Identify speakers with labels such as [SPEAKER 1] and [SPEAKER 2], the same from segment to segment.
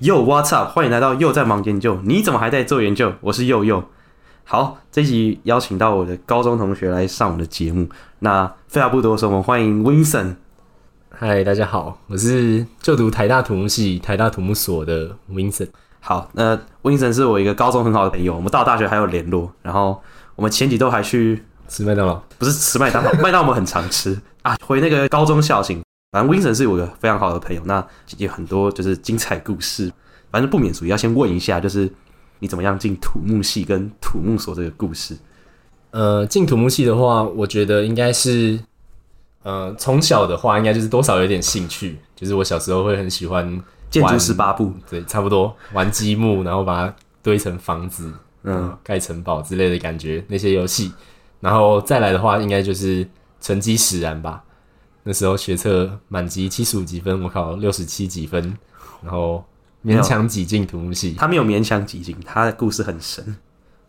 [SPEAKER 1] Yo What's Up？欢迎来到又在忙研究，你怎么还在做研究？我是佑佑。好，这集邀请到我的高中同学来上我的节目。那废话不多说，我们欢迎 Vincent。
[SPEAKER 2] 嗨，大家好，我是就读台大土木系、台大土木所的 Vincent。
[SPEAKER 1] 好，那 Vincent 是我一个高中很好的朋友，我们到大学还有联络。然后我们前几周还去，
[SPEAKER 2] 吃麦当劳，
[SPEAKER 1] 不是吃麦当 劳，麦当劳我们很常吃啊，回那个高中校庆。反正 Vincent 是我一个非常好的朋友，那有很多就是精彩故事。反正不免俗，要先问一下，就是你怎么样进土木系跟土木所这个故事？
[SPEAKER 2] 呃，进土木系的话，我觉得应该是，呃，从小的话，应该就是多少有点兴趣，就是我小时候会很喜欢
[SPEAKER 1] 建筑
[SPEAKER 2] 玩
[SPEAKER 1] 十八步，
[SPEAKER 2] 对，差不多玩积木，然后把它堆成房子，嗯，盖城堡之类的感觉，那些游戏。然后再来的话，应该就是成绩使然吧。那时候学测满级七十五几分，我考六十七几分，然后勉强挤进土木系。
[SPEAKER 1] 他没有勉强挤进，他的故事很深。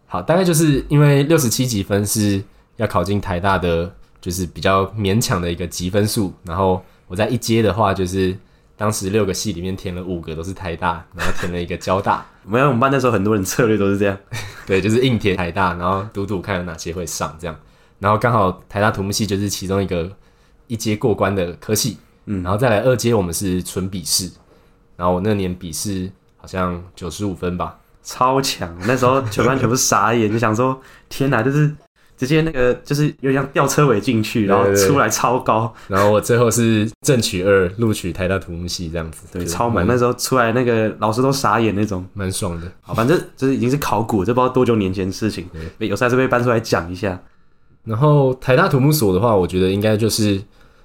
[SPEAKER 2] 好，大概就是因为六十七几分是要考进台大的，就是比较勉强的一个积分数。然后我在一阶的话，就是当时六个系里面填了五个都是台大，然后填了一个交大。
[SPEAKER 1] 没有，我们班那时候很多人策略都是这样。
[SPEAKER 2] 对，就是硬填台大，然后赌赌看有哪些会上这样。然后刚好台大土木系就是其中一个一阶过关的科系，嗯，然后再来二阶我们是纯笔试，然后我那年笔试好像九十五分吧，
[SPEAKER 1] 超强！那时 候全班全部傻眼，就想说：天哪，就是直接那个就是有点像吊车尾进去，然后
[SPEAKER 2] 对对对
[SPEAKER 1] 出来超高，
[SPEAKER 2] 然后我最后是正取二录取台大土木系这样子，
[SPEAKER 1] 对，
[SPEAKER 2] 就是
[SPEAKER 1] 超猛！
[SPEAKER 2] 蛮
[SPEAKER 1] 那时候出来那个老师都傻眼那种。
[SPEAKER 2] 蛮爽的。
[SPEAKER 1] 好，反正就是已经是考古，这不知道多久年前的事情，有时候还是被搬出来讲一下。
[SPEAKER 2] 然后台大土木所的话，我觉得应该就是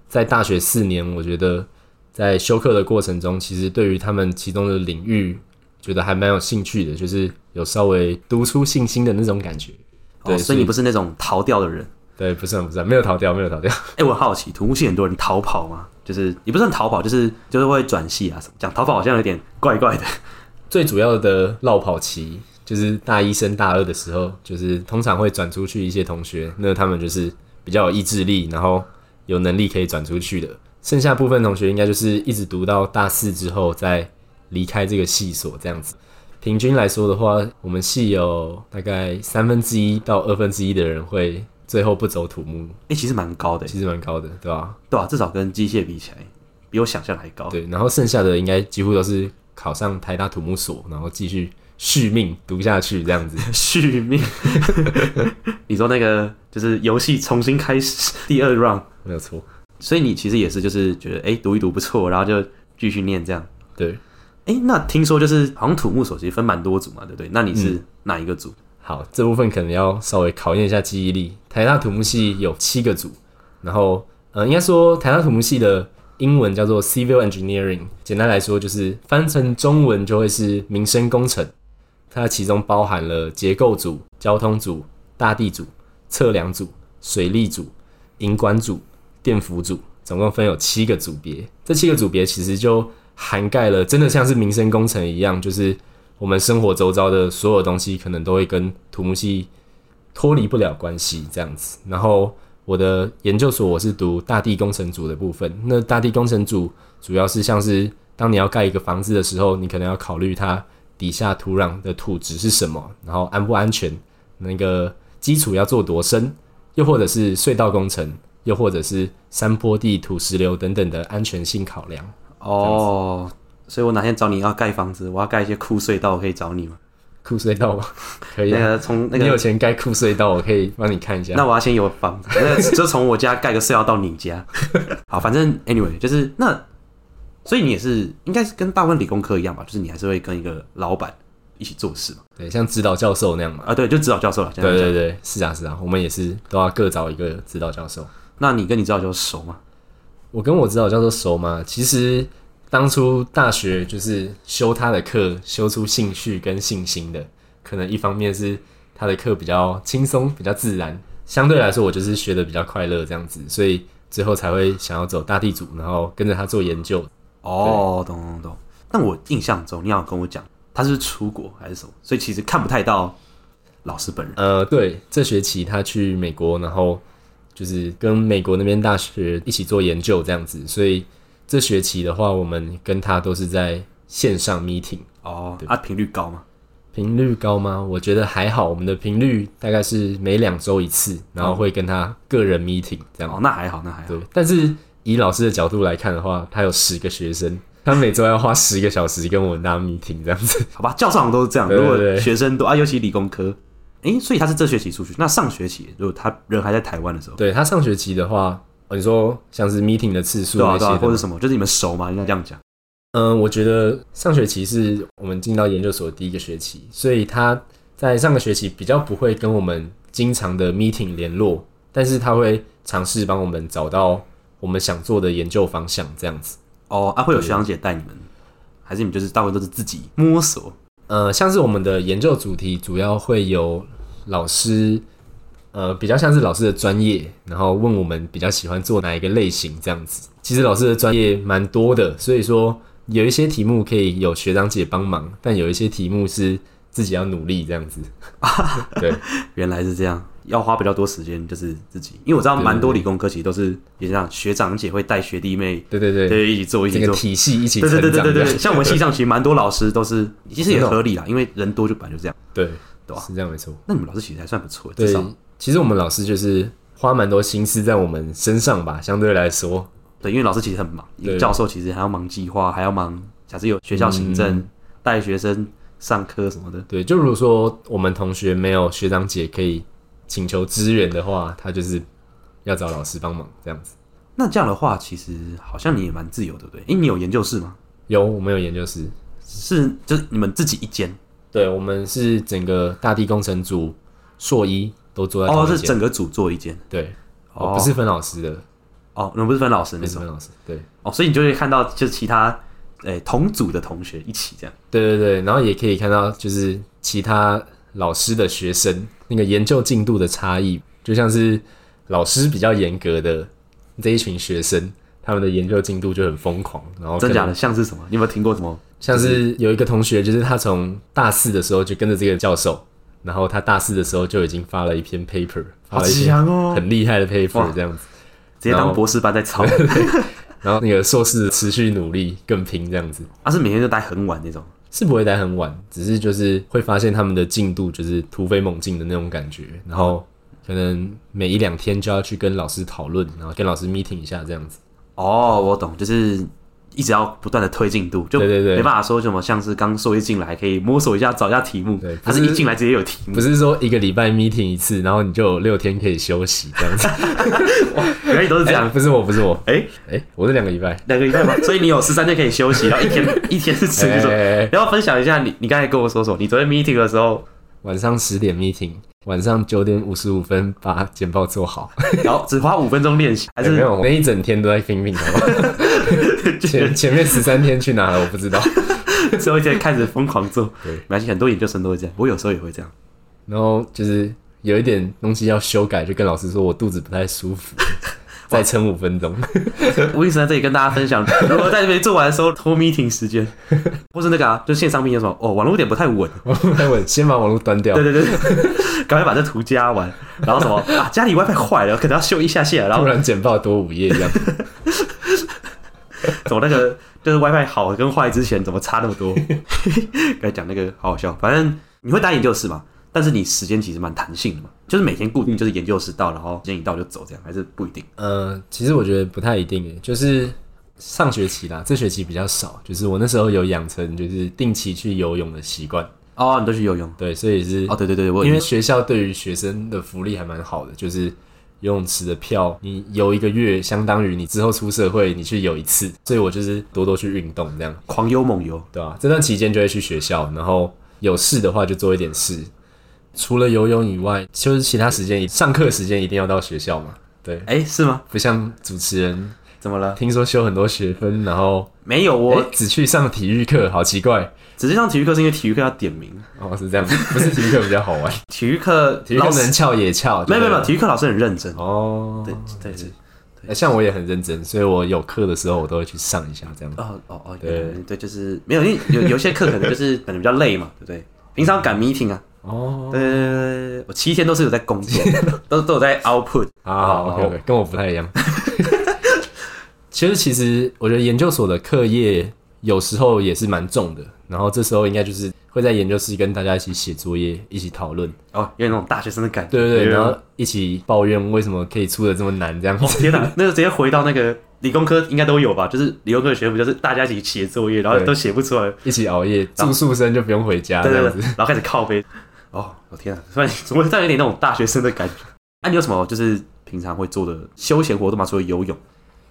[SPEAKER 2] 在大学四年，我觉得在修课的过程中，其实对于他们其中的领域，觉得还蛮有兴趣的，就是有稍微读出信心的那种感觉。
[SPEAKER 1] 哦，
[SPEAKER 2] 对
[SPEAKER 1] 所以你不是那种逃掉的人。
[SPEAKER 2] 对，不啊算不算，没有逃掉，没有逃掉。
[SPEAKER 1] 哎、我好奇，土木系很多人逃跑吗？就是也不算逃跑，就是就是会转系啊什么。讲逃跑好像有点怪怪的。
[SPEAKER 2] 最主要的绕跑期就是大一升大二的时候，就是通常会转出去一些同学，那他们就是比较有意志力，然后有能力可以转出去的。剩下部分同学应该就是一直读到大四之后再离开这个系所这样子。平均来说的话，我们系有大概三分之一到二分之一的人会最后不走土木，
[SPEAKER 1] 哎、其实蛮高的，
[SPEAKER 2] 其实蛮高的，对吧、
[SPEAKER 1] 对啊吧、至少跟机械比起来，比我想象还高。
[SPEAKER 2] 对，然后剩下的应该几乎都是考上台大土木所，然后继续续命读下去这样子。
[SPEAKER 1] 续命。 你说那个就是游戏重新开始 第二 round，
[SPEAKER 2] 没有错。
[SPEAKER 1] 所以你其实也是就是觉得哎、诶读一读不错，然后就继续念这样。
[SPEAKER 2] 对，
[SPEAKER 1] 哎、那听说就是好像土木所其实分蛮多组嘛，对不对？那你
[SPEAKER 2] 嗯
[SPEAKER 1] 是哪一个组？
[SPEAKER 2] 好，这部分可能要稍微考验一下记忆力。台大土木系有七个组，然后呃，应该说台大土木系的英文叫做 Civil Engineering，简单来说就是翻成中文就会是民生工程。它其中包含了结构组、交通组、大地组、测量组、水利组、营管组、电服组，总共分有七个组别。这七个组别其实就涵盖了，真的像是民生工程一样，就是我们生活周遭的所有东西，可能都会跟土木系脱离不了关系这样子。然后我的研究所我是读大地工程组的部分，那大地工程组主要是像是当你要盖一个房子的时候，你可能要考虑它底下土壤的土质是什么，然后安不安全，那个基础要做多深，又或者是隧道工程，又或者是山坡地、土石流等等的安全性考量。
[SPEAKER 1] 哦，所以我哪天找你要盖房子，我要盖一些酷隧道，我可以找你吗？
[SPEAKER 2] 酷隧道吗？可以
[SPEAKER 1] 那
[SPEAKER 2] 啊。
[SPEAKER 1] 个从那
[SPEAKER 2] 你有
[SPEAKER 1] 个，
[SPEAKER 2] 钱盖酷隧道，我可以帮你看一下。
[SPEAKER 1] 那我要先有 房子，那个就从我家盖个隧道到你家。好，反正 anyway 就是那，所以你也是应该是跟大部分理工科一样吧，就是你还是会跟一个老板一起做事嘛。
[SPEAKER 2] 对，像指导教授那样嘛。
[SPEAKER 1] 啊，对，就指导教授了。这
[SPEAKER 2] 对
[SPEAKER 1] 样讲
[SPEAKER 2] 对对，是啊是啊，我们也是都要各找一个指导教授。
[SPEAKER 1] 那你跟你指导教授熟吗？
[SPEAKER 2] 我跟我指导教授熟吗？其实当初大学就是修他的课，修出兴趣跟信心的。可能一方面是他的课比较轻松，比较自然，相对来说我就是学的比较快乐这样子，所以最后才会想要走大地主，然后跟着他做研究。
[SPEAKER 1] 哦，懂懂懂。但我印象中，你好像跟我讲，他是不是出国还是什么，所以其实看不太到老师本人。
[SPEAKER 2] 呃，对，这学期他去美国，然后就是跟美国那边大学一起做研究这样子，所以这学期的话，我们跟他都是在线上 meeting，
[SPEAKER 1] 哦，啊，频率高吗？
[SPEAKER 2] 频率高吗？我觉得还好，我们的频率大概是每两周一次，然后会跟他个人 meeting 这样。
[SPEAKER 1] 哦，那还好，那还好。
[SPEAKER 2] 对，但是以老师的角度来看的话，他有十个学生，他每周要花十个小时跟我们拉 meeting 这样子。
[SPEAKER 1] 好吧，教授好像都是这样。
[SPEAKER 2] 对
[SPEAKER 1] 如果
[SPEAKER 2] 对对
[SPEAKER 1] 学生多啊，尤其理工科，诶，所以他是这学期出去。那上学期如果他人还在台湾的时候，
[SPEAKER 2] 对他上学期的话，哦你说像是 meeting 的次数
[SPEAKER 1] 对啊
[SPEAKER 2] 那
[SPEAKER 1] 对
[SPEAKER 2] 些
[SPEAKER 1] 啊，
[SPEAKER 2] 的
[SPEAKER 1] 或者
[SPEAKER 2] 吗，
[SPEAKER 1] 什么，就是你们熟嘛，应该这样讲。
[SPEAKER 2] 嗯，我觉得上学期是我们进到研究所的第一个学期，所以他在上个学期比较不会跟我们经常的 meeting 联络，但是他会尝试帮我们找到我们想做的研究方向这样子。
[SPEAKER 1] 哦，啊，会有学长姐带你们，还是你们就是大部分都是自己摸索？
[SPEAKER 2] 呃，像是我们的研究主题主要会有老师，呃，比较像是老师的专业，然后问我们比较喜欢做哪一个类型这样子。其实老师的专业蛮多的，所以说有一些题目可以有学长姐帮忙，但有一些题目是自己要努力这样子。对，
[SPEAKER 1] 原来是这样，要花比较多时间就是自己，因为我知道蛮多理工科其实都是也这样，学长姐会带学弟妹，
[SPEAKER 2] 对对对，
[SPEAKER 1] 对，一起做一
[SPEAKER 2] 整
[SPEAKER 1] 起
[SPEAKER 2] 个
[SPEAKER 1] 做。
[SPEAKER 2] 体系一起
[SPEAKER 1] 对
[SPEAKER 2] 成
[SPEAKER 1] 对
[SPEAKER 2] 长
[SPEAKER 1] 对对对
[SPEAKER 2] 这样
[SPEAKER 1] 对，像我们系上其实蛮多老师都是，其实也合 理啦，因为人多就本来就这样。
[SPEAKER 2] 对
[SPEAKER 1] 对啊
[SPEAKER 2] 是这样没错。
[SPEAKER 1] 那你们老师其实还算不错，至
[SPEAKER 2] 对
[SPEAKER 1] 少，
[SPEAKER 2] 其实我们老师就是花蛮多心思在我们身上吧，相对来说，
[SPEAKER 1] 对，因为老师其实很忙，一个
[SPEAKER 2] 对
[SPEAKER 1] 教授其实还要忙计划，还要忙，假设有学校行
[SPEAKER 2] 嗯
[SPEAKER 1] 政、带学生上课什么的，
[SPEAKER 2] 对，就如果说我们同学没有学长姐可以请求支援的话，他就是要找老师帮忙这样子。
[SPEAKER 1] 那这样的话，其实好像你也蛮自由，对不对？因为你有研究室吗？
[SPEAKER 2] 有，我们有研究室，
[SPEAKER 1] 是，就是你们自己一间
[SPEAKER 2] 对我们是整个大地工程组硕一都坐在
[SPEAKER 1] 哦，
[SPEAKER 2] 同
[SPEAKER 1] 是
[SPEAKER 2] 一间，
[SPEAKER 1] 整个组做一间
[SPEAKER 2] 对，
[SPEAKER 1] 哦
[SPEAKER 2] 哦，不是分老师的，
[SPEAKER 1] 哦，那不是分老师
[SPEAKER 2] 不
[SPEAKER 1] 那
[SPEAKER 2] 是
[SPEAKER 1] 种
[SPEAKER 2] 分老师，对，
[SPEAKER 1] 哦，所以你就会看到就是其他诶、同组的同学一起这样
[SPEAKER 2] 对对对，然后也可以看到就是其他老师的学生那个研究进度的差异，就像是老师比较严格的这一群学生，他们的研究进度就很疯狂，然后
[SPEAKER 1] 真
[SPEAKER 2] 可能
[SPEAKER 1] 假的像是什么？你有没有听过什么？
[SPEAKER 2] 像是有一个同学，就是他从大四的时候就跟着这个教授，然后他大四的时候就已经发了一篇 paper，发了一篇
[SPEAKER 1] 强哦
[SPEAKER 2] 很厉害的 paper
[SPEAKER 1] 哇
[SPEAKER 2] 这样子。
[SPEAKER 1] 直接当博士班在 抄，
[SPEAKER 2] 然后那个硕士持续努力更拼这样子，
[SPEAKER 1] 他、是每天就待很晚那种。
[SPEAKER 2] 是不会待很晚，只是就是会发现他们的进度就是突飞猛进的那种感觉，然后可能每一两天就要去跟老师讨论，然后跟老师 meeting 一下这样子。
[SPEAKER 1] 哦，我懂，就是一直要不断的推进度，就
[SPEAKER 2] 对对对
[SPEAKER 1] 没办法说什么像是刚硕一进来可以摸索一下找一下题目
[SPEAKER 2] 对，
[SPEAKER 1] 他
[SPEAKER 2] 不是
[SPEAKER 1] 是一进来直接有题目
[SPEAKER 2] 不，是说一个礼拜 meeting 一次，然后你就有六天可以休息这 样子。
[SPEAKER 1] 原来都是这
[SPEAKER 2] 哎
[SPEAKER 1] 样。
[SPEAKER 2] 不是我，不是我，
[SPEAKER 1] 哎、
[SPEAKER 2] 哎、我是两个礼拜。
[SPEAKER 1] 两个礼拜吗？所以你有十三天可以休息，然后一 天一天是吃
[SPEAKER 2] 哎
[SPEAKER 1] 这
[SPEAKER 2] 哎
[SPEAKER 1] 种。
[SPEAKER 2] 哎哎
[SPEAKER 1] 然后分享一下你你刚才跟我说什么？你昨天 meeting 的时候，
[SPEAKER 2] 晚上十点 meeting，晚上九点五十五分把简报做 好。
[SPEAKER 1] 然后只花五分钟练习，还
[SPEAKER 2] 哎有没
[SPEAKER 1] 是
[SPEAKER 2] 有，那一整天都在拼命，好 不好？前前面十三天去哪了？我不知道。
[SPEAKER 1] 最后一天开始疯狂做？
[SPEAKER 2] 对
[SPEAKER 1] 没关系，很多研究生都会这样，我有时候也会这样。
[SPEAKER 2] 然后就是有一点东西要修改，就跟老师说我肚子不太舒 服，再撑五分钟。
[SPEAKER 1] 我一直在这里跟大家分享， 如何在这边做完的时候拖 meeting 时间，或是那个啊，就线上 meeting 有什么哦，网络有点不太稳，
[SPEAKER 2] 我再问，先把网络端掉
[SPEAKER 1] 对，对对，对 赶快把这图加完，然后什么啊，家里 WiFi 坏了，可能要修一下下，然
[SPEAKER 2] 不
[SPEAKER 1] 后
[SPEAKER 2] 然简报多午夜这样。
[SPEAKER 1] 怎么那个就是 WiFi 好跟坏之前怎么差那么多？ 刚才讲那个好好笑，反正你会待研究室嘛，但是你时间其实蛮弹性的嘛，就是每天固定就是研究室到，然后时间一到就走这样，还是不一定。
[SPEAKER 2] 呃，其实我觉得不太一定耶，就是上学期啦，这学期比较少，就是我那时候有养成就是定期去游泳的习惯，
[SPEAKER 1] 哦，你都去游泳？
[SPEAKER 2] 对，所以是
[SPEAKER 1] 哦，对对对，我
[SPEAKER 2] 因
[SPEAKER 1] 因为
[SPEAKER 2] 为学校对于学生的福利还蛮好的，就是游泳池的票，你游一个月，相当于你之后出社会你去游一次，所以我就是多多去运动，这样
[SPEAKER 1] 狂游猛游，
[SPEAKER 2] 对吧、啊这段期间就会去学校，然后有事的话就做一点事。除了游泳以外，就是其他时间，上课时间一定要到学校嘛。对，
[SPEAKER 1] 哎，是吗？
[SPEAKER 2] 不像主持人，
[SPEAKER 1] 怎么了？
[SPEAKER 2] 听说修很多学分，然后
[SPEAKER 1] 没有，
[SPEAKER 2] 我、
[SPEAKER 1] 我
[SPEAKER 2] 诶只去上体育课，好奇怪
[SPEAKER 1] 只是上体育课是因为体育课要点名，
[SPEAKER 2] 哦，是这样，不是体育课比较好玩，
[SPEAKER 1] 体育课
[SPEAKER 2] 体育课
[SPEAKER 1] 老
[SPEAKER 2] 能
[SPEAKER 1] 师
[SPEAKER 2] 翘也翘，
[SPEAKER 1] 没有没有没
[SPEAKER 2] 对
[SPEAKER 1] 有，
[SPEAKER 2] 不对
[SPEAKER 1] 体育课老师很认真。
[SPEAKER 2] 哦，
[SPEAKER 1] 对对对，
[SPEAKER 2] 哎、像我也很认真，所以我有课的时候我都会去上一下，这样。
[SPEAKER 1] 哦哦哦，
[SPEAKER 2] 对
[SPEAKER 1] 对对，就是没有，因为有有些课可能就是可能比较累嘛，对不对？平常赶 meeting 啊，
[SPEAKER 2] 哦，
[SPEAKER 1] 对对对对对，我七天都是有在工作，都都有在 output。
[SPEAKER 2] 好好
[SPEAKER 1] 哦
[SPEAKER 2] ，OK OK，跟我不太一样。其实，其实我觉得研究所的课业有时候也是蛮重的。然后这时候应该就是会在研究室跟大家一起写作业，一起讨论，
[SPEAKER 1] 哦，有点那种大学生的感觉。
[SPEAKER 2] 对对对，
[SPEAKER 1] 有点
[SPEAKER 2] 然后一起抱怨为什么可以出的这么 难这样子。
[SPEAKER 1] 天哪，那就直接回到那个理工科应该都有吧？就是理工科的学生不就是大家一起写作业，然后
[SPEAKER 2] 对
[SPEAKER 1] 都写不出来，
[SPEAKER 2] 一起熬夜，住宿生就不用回家
[SPEAKER 1] 对
[SPEAKER 2] 这
[SPEAKER 1] 对
[SPEAKER 2] 样
[SPEAKER 1] 对
[SPEAKER 2] 子。，
[SPEAKER 1] 然后开始靠背。哦，我天哪，突然怎么会突然有点那种大学生的感觉？那、你有什么就是平常会做的休闲活动吗？除了游泳，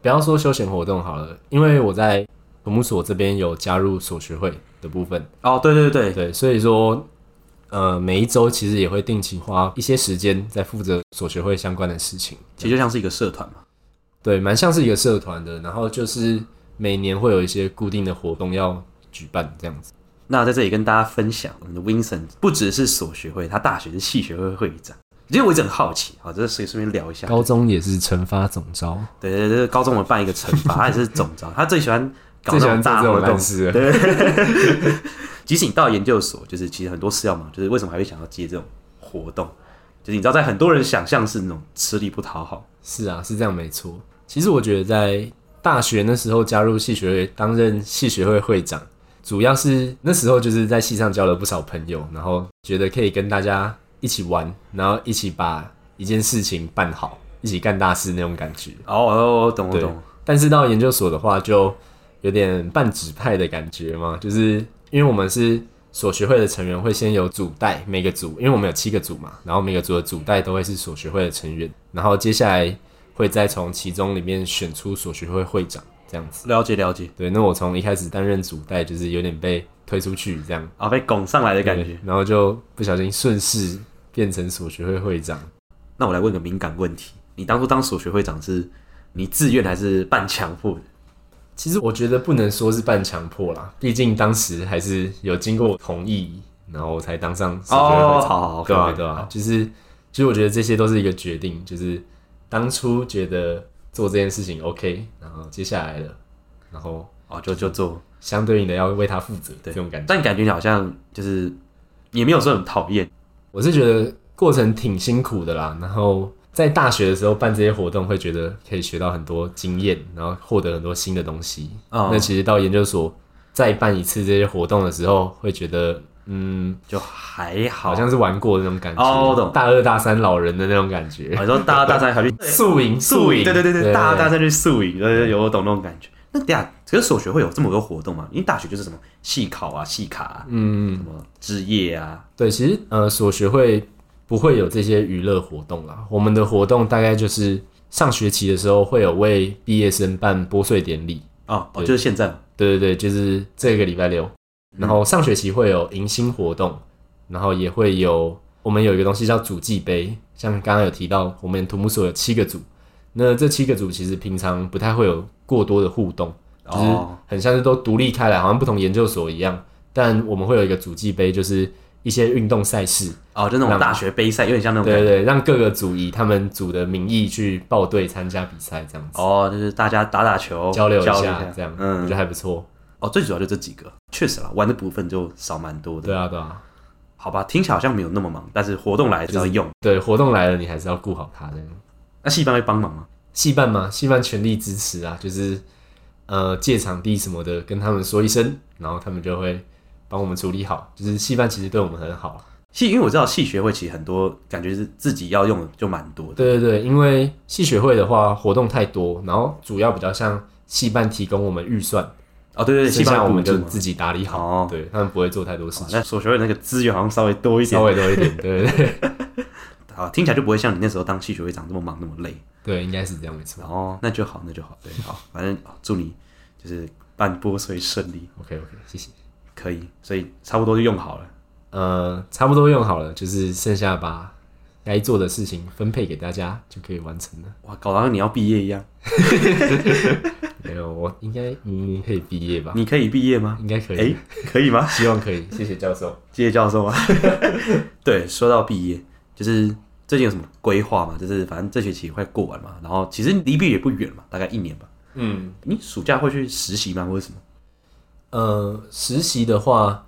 [SPEAKER 2] 不要说休闲活动好了，因为我在土木所这边有加入所学会的部分，
[SPEAKER 1] 哦，对对对对，
[SPEAKER 2] 对，所以说，呃，每一周其实也会定期花一些时间在负责所学会相关的事情，
[SPEAKER 1] 其实就像是一个社团嘛。
[SPEAKER 2] 对，蛮像是一个社团的。然后就是每年会有一些固定的活动要举办这样子。
[SPEAKER 1] 那在这里跟大家分享，我们的 Vincent 不只是所学会，他大学是系学会会长。其实我一直很好奇，好，这是顺便聊一下。
[SPEAKER 2] 高中也是惩罚总招，
[SPEAKER 1] 对对对，高中我们办一个惩 罚，他也是总招，他最喜欢搞那
[SPEAKER 2] 最喜欢
[SPEAKER 1] 种
[SPEAKER 2] 做
[SPEAKER 1] 大
[SPEAKER 2] 这
[SPEAKER 1] 活
[SPEAKER 2] 种
[SPEAKER 1] 动
[SPEAKER 2] 烂。事了。
[SPEAKER 1] 即使你到研究所，就是其实很多事要忙，就是为什么还会想要接这种活动？就是你知道，在很多人想象是那种吃力不讨好，
[SPEAKER 2] 是啊，是这样没错。其实我觉得在大学那时候加入系学会，担任系学会会长，主要是那时候就是在系上交了不少朋友，然后觉得可以跟大家一起玩，然后一起把一件事情办好，一起干大事那种感觉。
[SPEAKER 1] 哦哦，懂我
[SPEAKER 2] 对
[SPEAKER 1] 懂，
[SPEAKER 2] 但是到研究所的话，就有点半指派的感觉嘛，就是因为我们是所学会的成员，会先有组带，每个组，因为我们有七个组嘛，然后每个组的组带都会是所学会的成员，然后接下来会再从其中里面选出所学会会长这样子。
[SPEAKER 1] 了解了解，
[SPEAKER 2] 对，那我从一开始担任组带，就是有点被推出去这样
[SPEAKER 1] 啊，被拱上来的感
[SPEAKER 2] 对
[SPEAKER 1] 觉。
[SPEAKER 2] 然后就不小心顺势变成所学会会长。
[SPEAKER 1] 那我来问个敏感问题，你当初当所学会长是你自愿还是半强
[SPEAKER 2] 哦
[SPEAKER 1] 迫的？
[SPEAKER 2] 其实我觉得不能说是半强迫啦，毕竟当时还是有经过我同意，然后我才当上社会
[SPEAKER 1] 哦
[SPEAKER 2] 会
[SPEAKER 1] 好
[SPEAKER 2] 长。
[SPEAKER 1] 好好
[SPEAKER 2] 对
[SPEAKER 1] 可
[SPEAKER 2] 啊
[SPEAKER 1] 以
[SPEAKER 2] 对啊
[SPEAKER 1] 好，
[SPEAKER 2] 就是其实我觉得这些都是一个决定，就是当初觉得做这件事情 OK，然后接下来了，然后
[SPEAKER 1] 哦，就就做，
[SPEAKER 2] 相对应的要为他负责，这种感觉。
[SPEAKER 1] 但感觉你好像就是也没有说很讨厌，
[SPEAKER 2] 我是觉得过程挺辛苦的啦，然后在大学的时候办这些活动，会觉得可以学到很多经验，然后获得很多新的东西。
[SPEAKER 1] 哦
[SPEAKER 2] 那其实到研究所再办一次这些活动的时候，会觉得嗯，
[SPEAKER 1] 就还好。
[SPEAKER 2] 好像是玩过的那种感觉，
[SPEAKER 1] 哦我懂
[SPEAKER 2] 大二大三老人的那种感觉
[SPEAKER 1] 哦，你说大二大三还去
[SPEAKER 2] 宿营宿营，
[SPEAKER 1] 对对对对，大二大
[SPEAKER 2] 三
[SPEAKER 1] 三去宿营，对对，有我懂那种感觉。那等一下，可是所学会有这么多活动嘛？因为大学就是什么系考啊、系卡、啊，嗯，什么置业啊，
[SPEAKER 2] 对，其实呃，所学会不会有这些娱乐活动啦。我们的活动大概就是上学期的时候会有为毕业生办拨穗典礼。
[SPEAKER 1] 哦，哦
[SPEAKER 2] 对
[SPEAKER 1] 就是现在嘛，
[SPEAKER 2] 对对对，就是这个礼拜六。然后上学期会有迎新活动，然后也会有我们有一个东西叫主祭杯，像刚刚有提到，我们土木所有七个组，那这七个组其实平常不太会有过多的互动，就是
[SPEAKER 1] 哦，
[SPEAKER 2] 很像是都独立开来，好像不同研究所一样。但我们会有一个主祭杯，就是一些运动赛事，
[SPEAKER 1] 哦，就那种大学杯赛，有点像那种
[SPEAKER 2] 对
[SPEAKER 1] 感
[SPEAKER 2] 对
[SPEAKER 1] 觉，
[SPEAKER 2] 对，让各个组以他们组的名义去报队参加比赛，这样子、
[SPEAKER 1] 哦，就是大家打打球，
[SPEAKER 2] 交流一
[SPEAKER 1] 交
[SPEAKER 2] 下，这样、我觉
[SPEAKER 1] 嗯，
[SPEAKER 2] 得还不错。
[SPEAKER 1] 哦，最主要就这几个，确实啦，玩的部分就少蛮多的，
[SPEAKER 2] 对啊，对啊。
[SPEAKER 1] 好吧，听起来好像没有那么忙，但是活动来还是要用。
[SPEAKER 2] 对，活动来了，你还是要顾好它的。
[SPEAKER 1] 那戏班会帮忙吗？
[SPEAKER 2] 戏办嘛，戏办全力支持啊，就是呃借场地什么的，跟他们说一声，然后他们就会帮我们处理好。就是戏办其实对我们很好。啊
[SPEAKER 1] 戏，因为我知道戏学会其实很多感觉是自己要用的就蛮多的，
[SPEAKER 2] 对对对，因为戏学会的话活动太多，然后主要比较像戏办提供我们预算，
[SPEAKER 1] 哦，对对对，戏
[SPEAKER 2] 剩
[SPEAKER 1] 班
[SPEAKER 2] 下
[SPEAKER 1] 会
[SPEAKER 2] 我们
[SPEAKER 1] 补助
[SPEAKER 2] 就
[SPEAKER 1] 嘛
[SPEAKER 2] 自己打理好。
[SPEAKER 1] 哦
[SPEAKER 2] 对他们不会做太多事
[SPEAKER 1] 哦
[SPEAKER 2] 情，
[SPEAKER 1] 那所学会的那个资源好像稍微多一点
[SPEAKER 2] 稍，微多一点。对对对，
[SPEAKER 1] 啊，听起来就不会像你那时候当系学会长这么忙那么累。
[SPEAKER 2] 对应该是这样没错。
[SPEAKER 1] 然后那就好，那就好，对，好，反正好祝你就是办波所以顺利，
[SPEAKER 2] OK OK，谢谢。
[SPEAKER 1] 可以，所以差不多就用好了。
[SPEAKER 2] 呃，差不多用好了，就是剩下把该做的事情分配给大家就可以完成了。
[SPEAKER 1] 哇，搞得好像你要毕业一样，
[SPEAKER 2] 没有，我应该嗯可以毕业吧？
[SPEAKER 1] 你可以毕业吗？
[SPEAKER 2] 应该可以，
[SPEAKER 1] 哎，可以吗？
[SPEAKER 2] 希望可以。谢谢 教授。
[SPEAKER 1] 谢谢教授啊。对，说到毕业，就是最近有什么规划吗？就是反正这学期快过完嘛，然后其实离毕业也不远嘛，大概一年吧。
[SPEAKER 2] 嗯，
[SPEAKER 1] 你暑假会去实习吗，或者什么？
[SPEAKER 2] 呃，实习的话，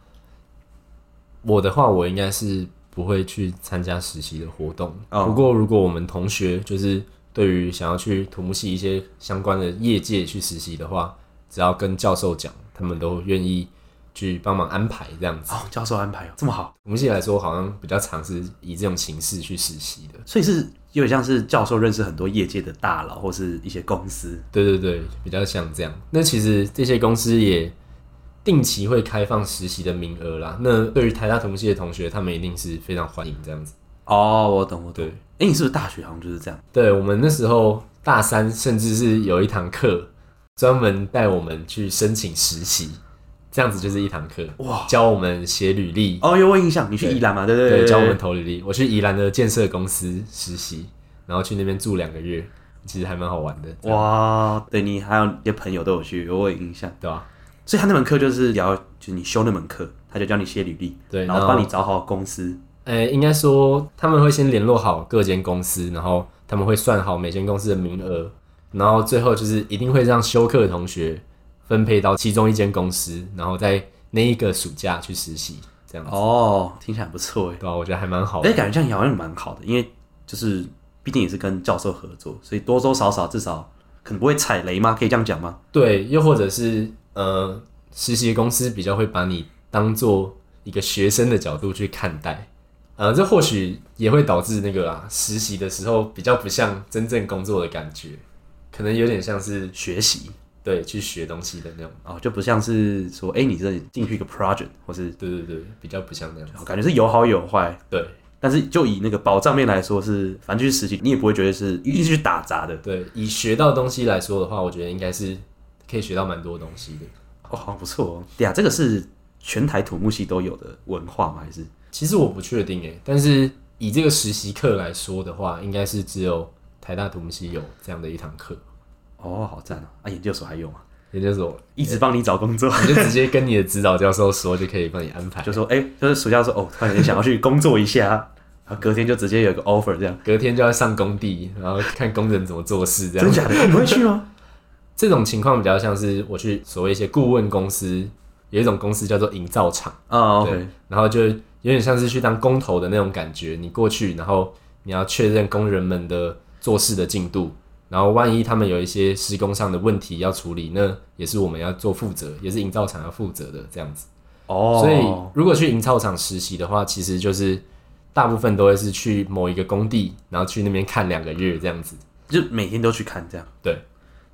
[SPEAKER 2] 我的话我应该是不会去参加实习的活动。
[SPEAKER 1] 哦
[SPEAKER 2] 不过如果我们同学就是对于想要去土木系一些相关的业界去实习的话，只要跟教授讲，他们都愿意去帮忙安排这样子。
[SPEAKER 1] 哦，教授安排哦，这么好，
[SPEAKER 2] 我们系来说，好像比较常是以这种形式去实习的。
[SPEAKER 1] 所以是有点像是教授认识很多业界的大佬或是一些公司，
[SPEAKER 2] 对对对，比较像这样。那其实这些公司也定期会开放实习的名额啦。那对于台大同系的同学，他们一定是非常欢迎这样子。
[SPEAKER 1] 哦，我懂，我懂。
[SPEAKER 2] 对，
[SPEAKER 1] 哎、你是不是大学好像就是这样？
[SPEAKER 2] 对我们那时候大三，甚至是有一堂课专门带我们去申请实习，这样子就是一堂课，
[SPEAKER 1] 哇，
[SPEAKER 2] 教我们写履历，
[SPEAKER 1] 哦，有我印象，你去宜兰嘛？对对
[SPEAKER 2] 对，
[SPEAKER 1] 对，
[SPEAKER 2] 教我们投履历。我去宜兰的建设公司实习，然后去那边住两个月，其实还蛮好玩的。哇，
[SPEAKER 1] 哇，对你还有你的朋友都有去，有我有印象。
[SPEAKER 2] 对吧、
[SPEAKER 1] 所以他那门课就是聊，就是你修那门课，他就教你写履历，
[SPEAKER 2] 对
[SPEAKER 1] 然后
[SPEAKER 2] 然后
[SPEAKER 1] 帮你找好公司，
[SPEAKER 2] 呃，应该说他们会先联络好各间公司，然后他们会算好每间公司的名额，然后最后就是一定会让修课的同学分配到其中一间公司，然后在那一个暑假去实习，这样子，
[SPEAKER 1] 哦，听起来很不错哎，
[SPEAKER 2] 对吧、啊我觉得还蛮好
[SPEAKER 1] 哎，
[SPEAKER 2] 的。
[SPEAKER 1] 感觉这样好像蛮好的，因为就是毕竟也是跟教授合作，所以多多少少至少可能不会踩雷吗？可以这样讲吗？
[SPEAKER 2] 对，又或者是呃，实习公司比较会把你当做一个学生的角度去看待。呃，这或许也会导致那个啊，实习的时候比较不像真正工作的感觉，可能有点像是
[SPEAKER 1] 学习
[SPEAKER 2] 对，去学东西的那种。
[SPEAKER 1] 哦，就不像是说，哎，你这进去一个 project，或是哦
[SPEAKER 2] 对对对，比较不像那样。
[SPEAKER 1] 感觉是有好有坏，
[SPEAKER 2] 对
[SPEAKER 1] 但是就以那个保障面来说是，反正去实习你也不会觉得是一直去打杂的，
[SPEAKER 2] 对，以学到东西来说的话，我觉得应该是可以学到蛮多东西的。
[SPEAKER 1] 哦，好不错哦。对啊，这个是全台土木系都有的文化吗？还是
[SPEAKER 2] 其实我不确定诶，但是以这个实习课来说的话，应该是只有台大土木系有这样的一堂课。
[SPEAKER 1] 哦，好赞哦！啊，研究所还有吗？
[SPEAKER 2] 也就是说，
[SPEAKER 1] 一直帮你找工作，
[SPEAKER 2] 你就直接跟你的指导教授说，就可以帮你安排
[SPEAKER 1] 就。说哎、就是暑假说哦，突然间想要去工作一下，然后隔天就直接有一个 offer 这样，
[SPEAKER 2] 隔天就要上工地，然后看工人怎么做事，这样
[SPEAKER 1] 真假 的？你会去吗？
[SPEAKER 2] 这种情况比较像是我去所谓一些顾问公司，有一种公司叫做营造厂。
[SPEAKER 1] 啊
[SPEAKER 2] 对
[SPEAKER 1] ，OK，，
[SPEAKER 2] 然后就有点像是去当工头的那种感觉。你过去，然后你要确认工人们的做事的进度，然后万一他们有一些施工上的问题要处理，那也是我们要做负责，也是营造厂要负责的这样子。
[SPEAKER 1] 哦，
[SPEAKER 2] 所以如果去营造厂实习的话，其实就是大部分都会是去某一个工地，然后去那边看两个月这样子。
[SPEAKER 1] 就每天都去看这样。
[SPEAKER 2] 对，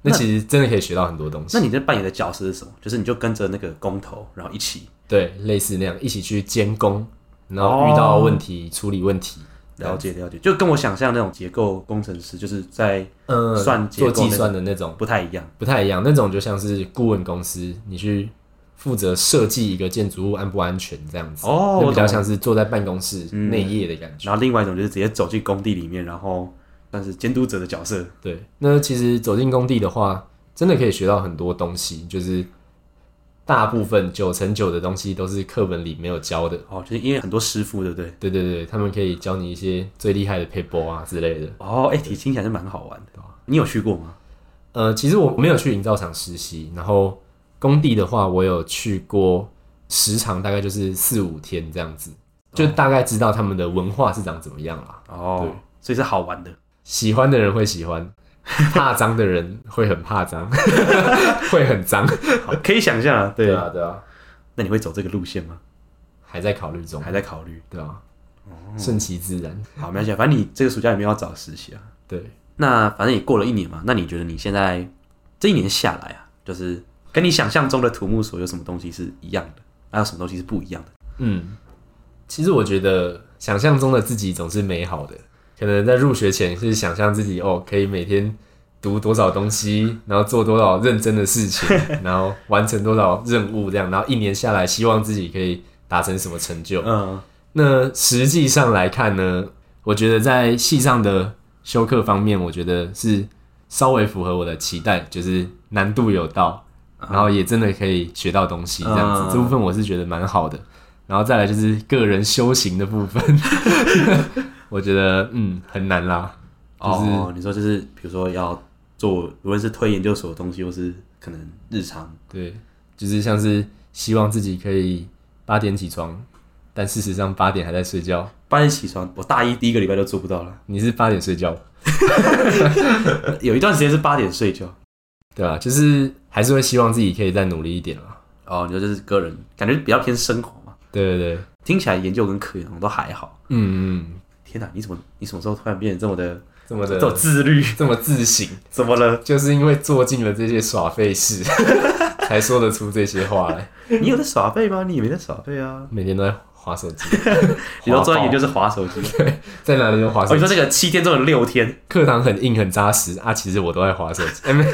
[SPEAKER 2] 那其实真的可以学到很多东西。
[SPEAKER 1] 那你在扮演的角色是什么？就是你就跟着那个工头，然后一起
[SPEAKER 2] 对，类似那样一起去监工，然后
[SPEAKER 1] 哦
[SPEAKER 2] 遇到问题、处理问题。
[SPEAKER 1] 了解了解，就跟我想象那种结构工程师，就是在
[SPEAKER 2] 嗯，
[SPEAKER 1] 算结
[SPEAKER 2] 做
[SPEAKER 1] 构
[SPEAKER 2] 计
[SPEAKER 1] 那
[SPEAKER 2] 算的那种
[SPEAKER 1] 不太一样。
[SPEAKER 2] 不太一样，那种就像是顾问公司，你去负责设计一个建筑物安不安全这样子，
[SPEAKER 1] 哦
[SPEAKER 2] 那
[SPEAKER 1] 我
[SPEAKER 2] 比较
[SPEAKER 1] 懂嗯
[SPEAKER 2] 像是坐在办公室内业的感觉。
[SPEAKER 1] 然后另外一种就是直接走进工地里面，然后算是监督者的角色。
[SPEAKER 2] 对，那其实走进工地的话，真的可以学到很多东西，就是大部分九成九的东西都是课本里没有教的。
[SPEAKER 1] 哦，就是因为很多师傅，对不对？
[SPEAKER 2] 对对对，他们可以教你一些最厉害的 paper 啊之类的。
[SPEAKER 1] 哦，哎、听听起来是蛮好玩的。你有去过吗？
[SPEAKER 2] 呃，其实我没有去营造厂实习，然后工地的话，我有去过，时长大概就是四五天这样子，就大概知道他们的文化是长怎么样啦。
[SPEAKER 1] 哦，所以是好玩的。
[SPEAKER 2] 喜欢的人会喜欢，怕脏的人会很怕脏， 会很脏。
[SPEAKER 1] 好，可以想象啊。对，
[SPEAKER 2] 啊，对啊，
[SPEAKER 1] 那你会走这个路线吗？
[SPEAKER 2] 还在考虑中，
[SPEAKER 1] 还在考虑。
[SPEAKER 2] 对啊，顺其自然。
[SPEAKER 1] 好，没关系啊，反正你这个暑假也没有要找实习啊。
[SPEAKER 2] 对，
[SPEAKER 1] 那反正也过了一年嘛，那你觉得你现在这一年下来啊，就是跟你想象中的土木所有什么东西是一样的，还有什么东西是不一样的？
[SPEAKER 2] 嗯，其实我觉得想象中的自己总是美好的。可能在入学前是想象自己哦，可以每天读多少东西，然后做多少认真的事情，然后完成多少任务这样，然后一年下来，希望自己可以达成什么成就。
[SPEAKER 1] 嗯，
[SPEAKER 2] 那实际上来看呢，我觉得在系上的修课方面，我觉得是稍微符合我的期待，就是难度有到，然后也真的可以学到东西，这样子、
[SPEAKER 1] 嗯
[SPEAKER 2] 这部分我是觉得蛮好的。然后再来就是个人修行的部分， 我觉得嗯很难啦，就是、
[SPEAKER 1] 哦，你说就是比如说要做，无论是推研究所的东西，或是可能日常
[SPEAKER 2] 对，就是像是希望自己可以八点起床，但事实上八点还在睡觉。
[SPEAKER 1] 八点起床，我大一第一个礼拜就做不到了，
[SPEAKER 2] 你是八点睡觉，
[SPEAKER 1] 有一段时间是八点睡觉。
[SPEAKER 2] 对吧、就是还是会希望自己可以再努力一点啦。
[SPEAKER 1] 哦，你说就是个人感觉比较偏生活啊嘛，
[SPEAKER 2] 对对对，
[SPEAKER 1] 听起来研究跟科研都还好。
[SPEAKER 2] 嗯嗯，
[SPEAKER 1] 天哪，你怎么你什么时候突然变得这么的
[SPEAKER 2] 这么
[SPEAKER 1] 这么
[SPEAKER 2] 的
[SPEAKER 1] 自律？
[SPEAKER 2] 这么自省，
[SPEAKER 1] 怎么了？
[SPEAKER 2] 就是因为做尽了这些耍废 事，才说得出这些话来。
[SPEAKER 1] 你有在耍废吗？你也没在耍废啊，
[SPEAKER 2] 每天都在划手机，
[SPEAKER 1] 你都专业就是划手机。
[SPEAKER 2] 在哪里都划
[SPEAKER 1] 哦，
[SPEAKER 2] 手
[SPEAKER 1] 你
[SPEAKER 2] 机。
[SPEAKER 1] 说这个七天中的六天，
[SPEAKER 2] 课堂很硬很扎实啊，其实我都在划手机。哎没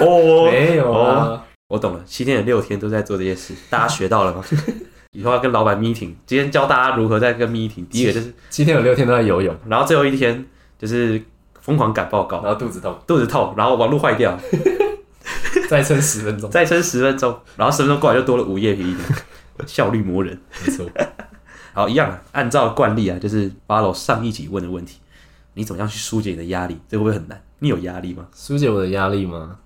[SPEAKER 1] 哦，
[SPEAKER 2] 没有啊，
[SPEAKER 1] 我懂了，七天的六天都在做这些事，大家学到了吗？ 以后要跟老板 meeting，今天教大家如何在跟 meeting，第一个就是，
[SPEAKER 2] 七天有六天都在游泳，
[SPEAKER 1] 然后最后一天就是疯狂赶报告，
[SPEAKER 2] 然后肚子痛，
[SPEAKER 1] 肚子痛，然后网络坏掉，
[SPEAKER 2] 再撑十分钟。
[SPEAKER 1] 再撑十分钟，然后十分钟过来就多了午夜皮一点， 效率磨人。
[SPEAKER 2] 没错，
[SPEAKER 1] 好，一样啊，按照惯例啊，就是 follow 上一集问的问题，你怎么样去疏解你的压力？这个会不会很难？你有压力吗？
[SPEAKER 2] 疏解我的压力吗？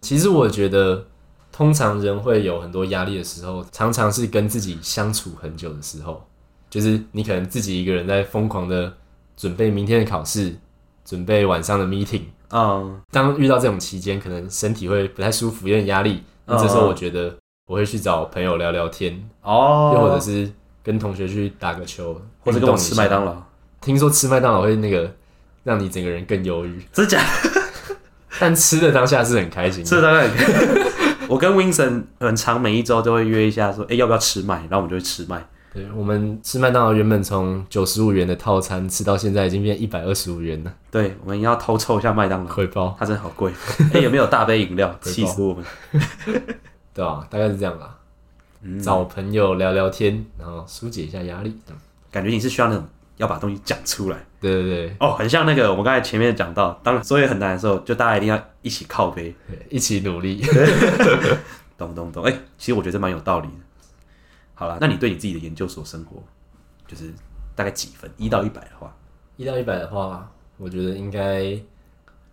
[SPEAKER 2] 其实我觉得，通常人会有很多压力的时候，常常是跟自己相处很久的时候，就是你可能自己一个人在疯狂的准备明天的考试，准备晚上的 meeting。
[SPEAKER 1] 嗯，
[SPEAKER 2] 当遇到这种期间，可能身体会不太舒服，有点压力。那这时
[SPEAKER 1] 嗯
[SPEAKER 2] 候我觉得我会去找朋友聊聊天，
[SPEAKER 1] 哦
[SPEAKER 2] 又或者是跟同学去打个球，
[SPEAKER 1] 或者跟我吃麦
[SPEAKER 2] 劳。
[SPEAKER 1] 当劳，
[SPEAKER 2] 听说吃麦当劳会那个让你整个人更忧郁，
[SPEAKER 1] 真假？
[SPEAKER 2] 但吃的当下是很开心的。
[SPEAKER 1] 这当然。 我跟 Winson 很长，每一周都会约一下，说，哎、要不要吃麦？然后我们就会吃麦。
[SPEAKER 2] 对，我们吃麦当劳原本从九十五元的套餐吃到现在已经变一百二十五元了，
[SPEAKER 1] 对，我们要偷凑一下麦当劳，
[SPEAKER 2] 亏包，
[SPEAKER 1] 它真的好贵。哎、有没有大杯饮料？
[SPEAKER 2] 回报
[SPEAKER 1] 气死我们！
[SPEAKER 2] 对吧、大概是这样啦。
[SPEAKER 1] 嗯，
[SPEAKER 2] 找朋友聊聊天，然后疏解一下压力。这样
[SPEAKER 1] 感觉你是需要那种要把东西讲出来
[SPEAKER 2] 对对
[SPEAKER 1] 哦，很像那个我们刚才前面讲到，当作业很难的时候，就大家一定要一起靠背，
[SPEAKER 2] 对对，一起努力。
[SPEAKER 1] 懂懂懂。哎、其实我觉得这蛮有道理的。好啦，那你对你自己的研究所生活，就是大概几分？一到一百的话，
[SPEAKER 2] 一到一百的话，我觉得应该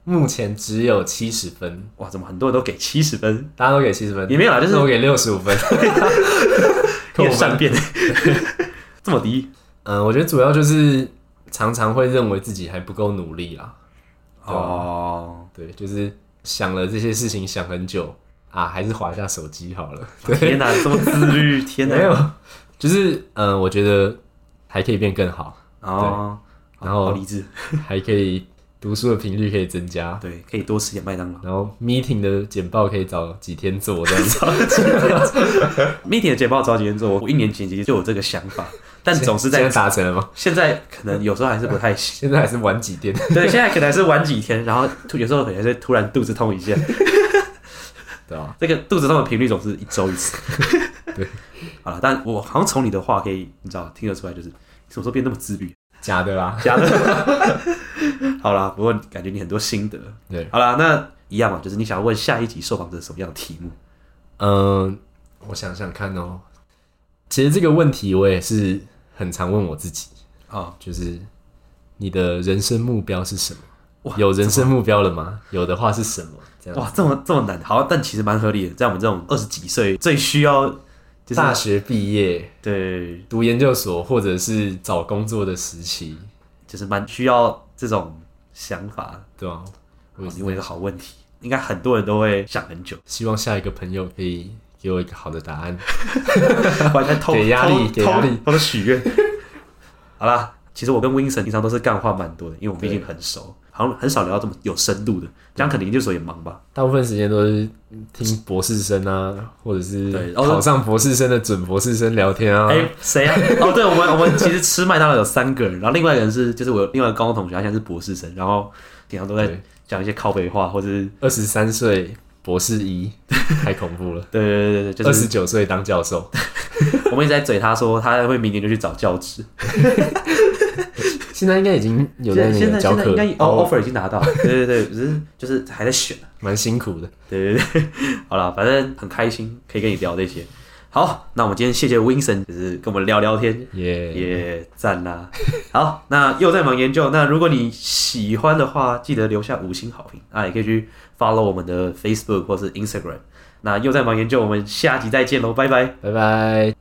[SPEAKER 2] 目前只有七十分，
[SPEAKER 1] 哇，怎么很多人都给七十 分？
[SPEAKER 2] 大家都给七十分，
[SPEAKER 1] 也没有啦，就是
[SPEAKER 2] 那我给六 十五分，扣
[SPEAKER 1] 变
[SPEAKER 2] 五分
[SPEAKER 1] 善。变， 这么低
[SPEAKER 2] 嗯，我觉得主要就是常常会认为自己还不够努力啦。
[SPEAKER 1] 哦。
[SPEAKER 2] 对，就是想了这些事情想很久啊，还是划一下手机好 了。
[SPEAKER 1] 天哪，这么自 律，天
[SPEAKER 2] 没
[SPEAKER 1] 哪！哦
[SPEAKER 2] 有，就是嗯，我觉得还可以变更好，
[SPEAKER 1] 哦，
[SPEAKER 2] 然后
[SPEAKER 1] 好励志，
[SPEAKER 2] 还可以读书的频率可以增加，
[SPEAKER 1] 对，可以多吃点麦 当劳。
[SPEAKER 2] 然后 meeting 的简报可以早几天做这样子。
[SPEAKER 1] meeting 的简报早几天做，我一年前其实就有这个想法，但 总是
[SPEAKER 2] 现
[SPEAKER 1] 在
[SPEAKER 2] 在达成了吗？
[SPEAKER 1] 现在可能有时候还是不太 行。
[SPEAKER 2] 现在还是晚几天。
[SPEAKER 1] 对，现在可能还是晚几天，然后突有时候可能是突然肚子痛一下，
[SPEAKER 2] 对啊，
[SPEAKER 1] 这个肚子痛的频率总是一周一 次。
[SPEAKER 2] 对，
[SPEAKER 1] 好了，但我好像从你的话可以，你知道听得出来，就是你什么时候变那么自律？
[SPEAKER 2] 假的啦。
[SPEAKER 1] 假的。好啦，不过感觉你很多心得。
[SPEAKER 2] 对，
[SPEAKER 1] 好啦，那一样嘛，就是你想要问下一集受访者什么样的题目？
[SPEAKER 2] 嗯，我想想看哦。其实这个问题我也是很常问我自己，哦
[SPEAKER 1] 啊、
[SPEAKER 2] 就是你的人生目标是什么？
[SPEAKER 1] 哇
[SPEAKER 2] 有人生目标了吗？有的话是什么？这样，
[SPEAKER 1] 哇，这么这么难，好，但其实蛮合理的，在我们这种二十几岁最需要就是
[SPEAKER 2] 大学毕业、
[SPEAKER 1] 对，
[SPEAKER 2] 读研究所或者是找工作的时期，
[SPEAKER 1] 就是蛮需要这种想法。哦
[SPEAKER 2] 对吧、我也
[SPEAKER 1] 你
[SPEAKER 2] 是
[SPEAKER 1] 问一个好问题，应该很多人都会想很久，
[SPEAKER 2] 希望下一个朋友可以给我一个好的答案。
[SPEAKER 1] 完全偷
[SPEAKER 2] 给压力
[SPEAKER 1] 偷
[SPEAKER 2] 给压力
[SPEAKER 1] 偷偷的许愿。 好啦，其实我跟 Winson 平常都是干话蛮多的，因为我们毕竟很熟，好像很少聊到这么有深度的。这样可能研究所也忙吧？
[SPEAKER 2] 大部分时间都是听博士生啊，或者
[SPEAKER 1] 对
[SPEAKER 2] 是
[SPEAKER 1] 哦
[SPEAKER 2] 考上博士生的准博士生聊天啊。
[SPEAKER 1] 哎，谁呀？哦，对，我们我们其实吃麦当劳有三个人，然后另外一个人是就是我有另外一个高中同学，他现在是博士生，然后平常都在
[SPEAKER 2] 对
[SPEAKER 1] 讲一些靠背话，或者是
[SPEAKER 2] 二十三岁博士 一，太恐怖了。
[SPEAKER 1] 对对对对，对
[SPEAKER 2] 二
[SPEAKER 1] 就
[SPEAKER 2] 十
[SPEAKER 1] 是
[SPEAKER 2] 九岁当教授，
[SPEAKER 1] 我们一直在嘴他说他会明年就去找教职，
[SPEAKER 2] 现在应该已经 有
[SPEAKER 1] 现
[SPEAKER 2] 在那
[SPEAKER 1] 现
[SPEAKER 2] 个
[SPEAKER 1] 在
[SPEAKER 2] 教
[SPEAKER 1] 现在
[SPEAKER 2] 课
[SPEAKER 1] 应该，哦 offer 已经拿到，对对对，只是就是还在选。啊
[SPEAKER 2] 蛮辛苦的。
[SPEAKER 1] 对对对，好了，反正很开心可以跟你聊这些。好，那我们今天谢谢 Winson，就是跟我们聊聊天，
[SPEAKER 2] 耶、
[SPEAKER 1] 也赞啦。好，那又在忙研究，那如果你喜欢的话，记得留下五星好评啊，也可以去 follow 我们的 Facebook 或是 Instagram。那又在忙研究，我们下集再见喽，拜拜。
[SPEAKER 2] 拜拜。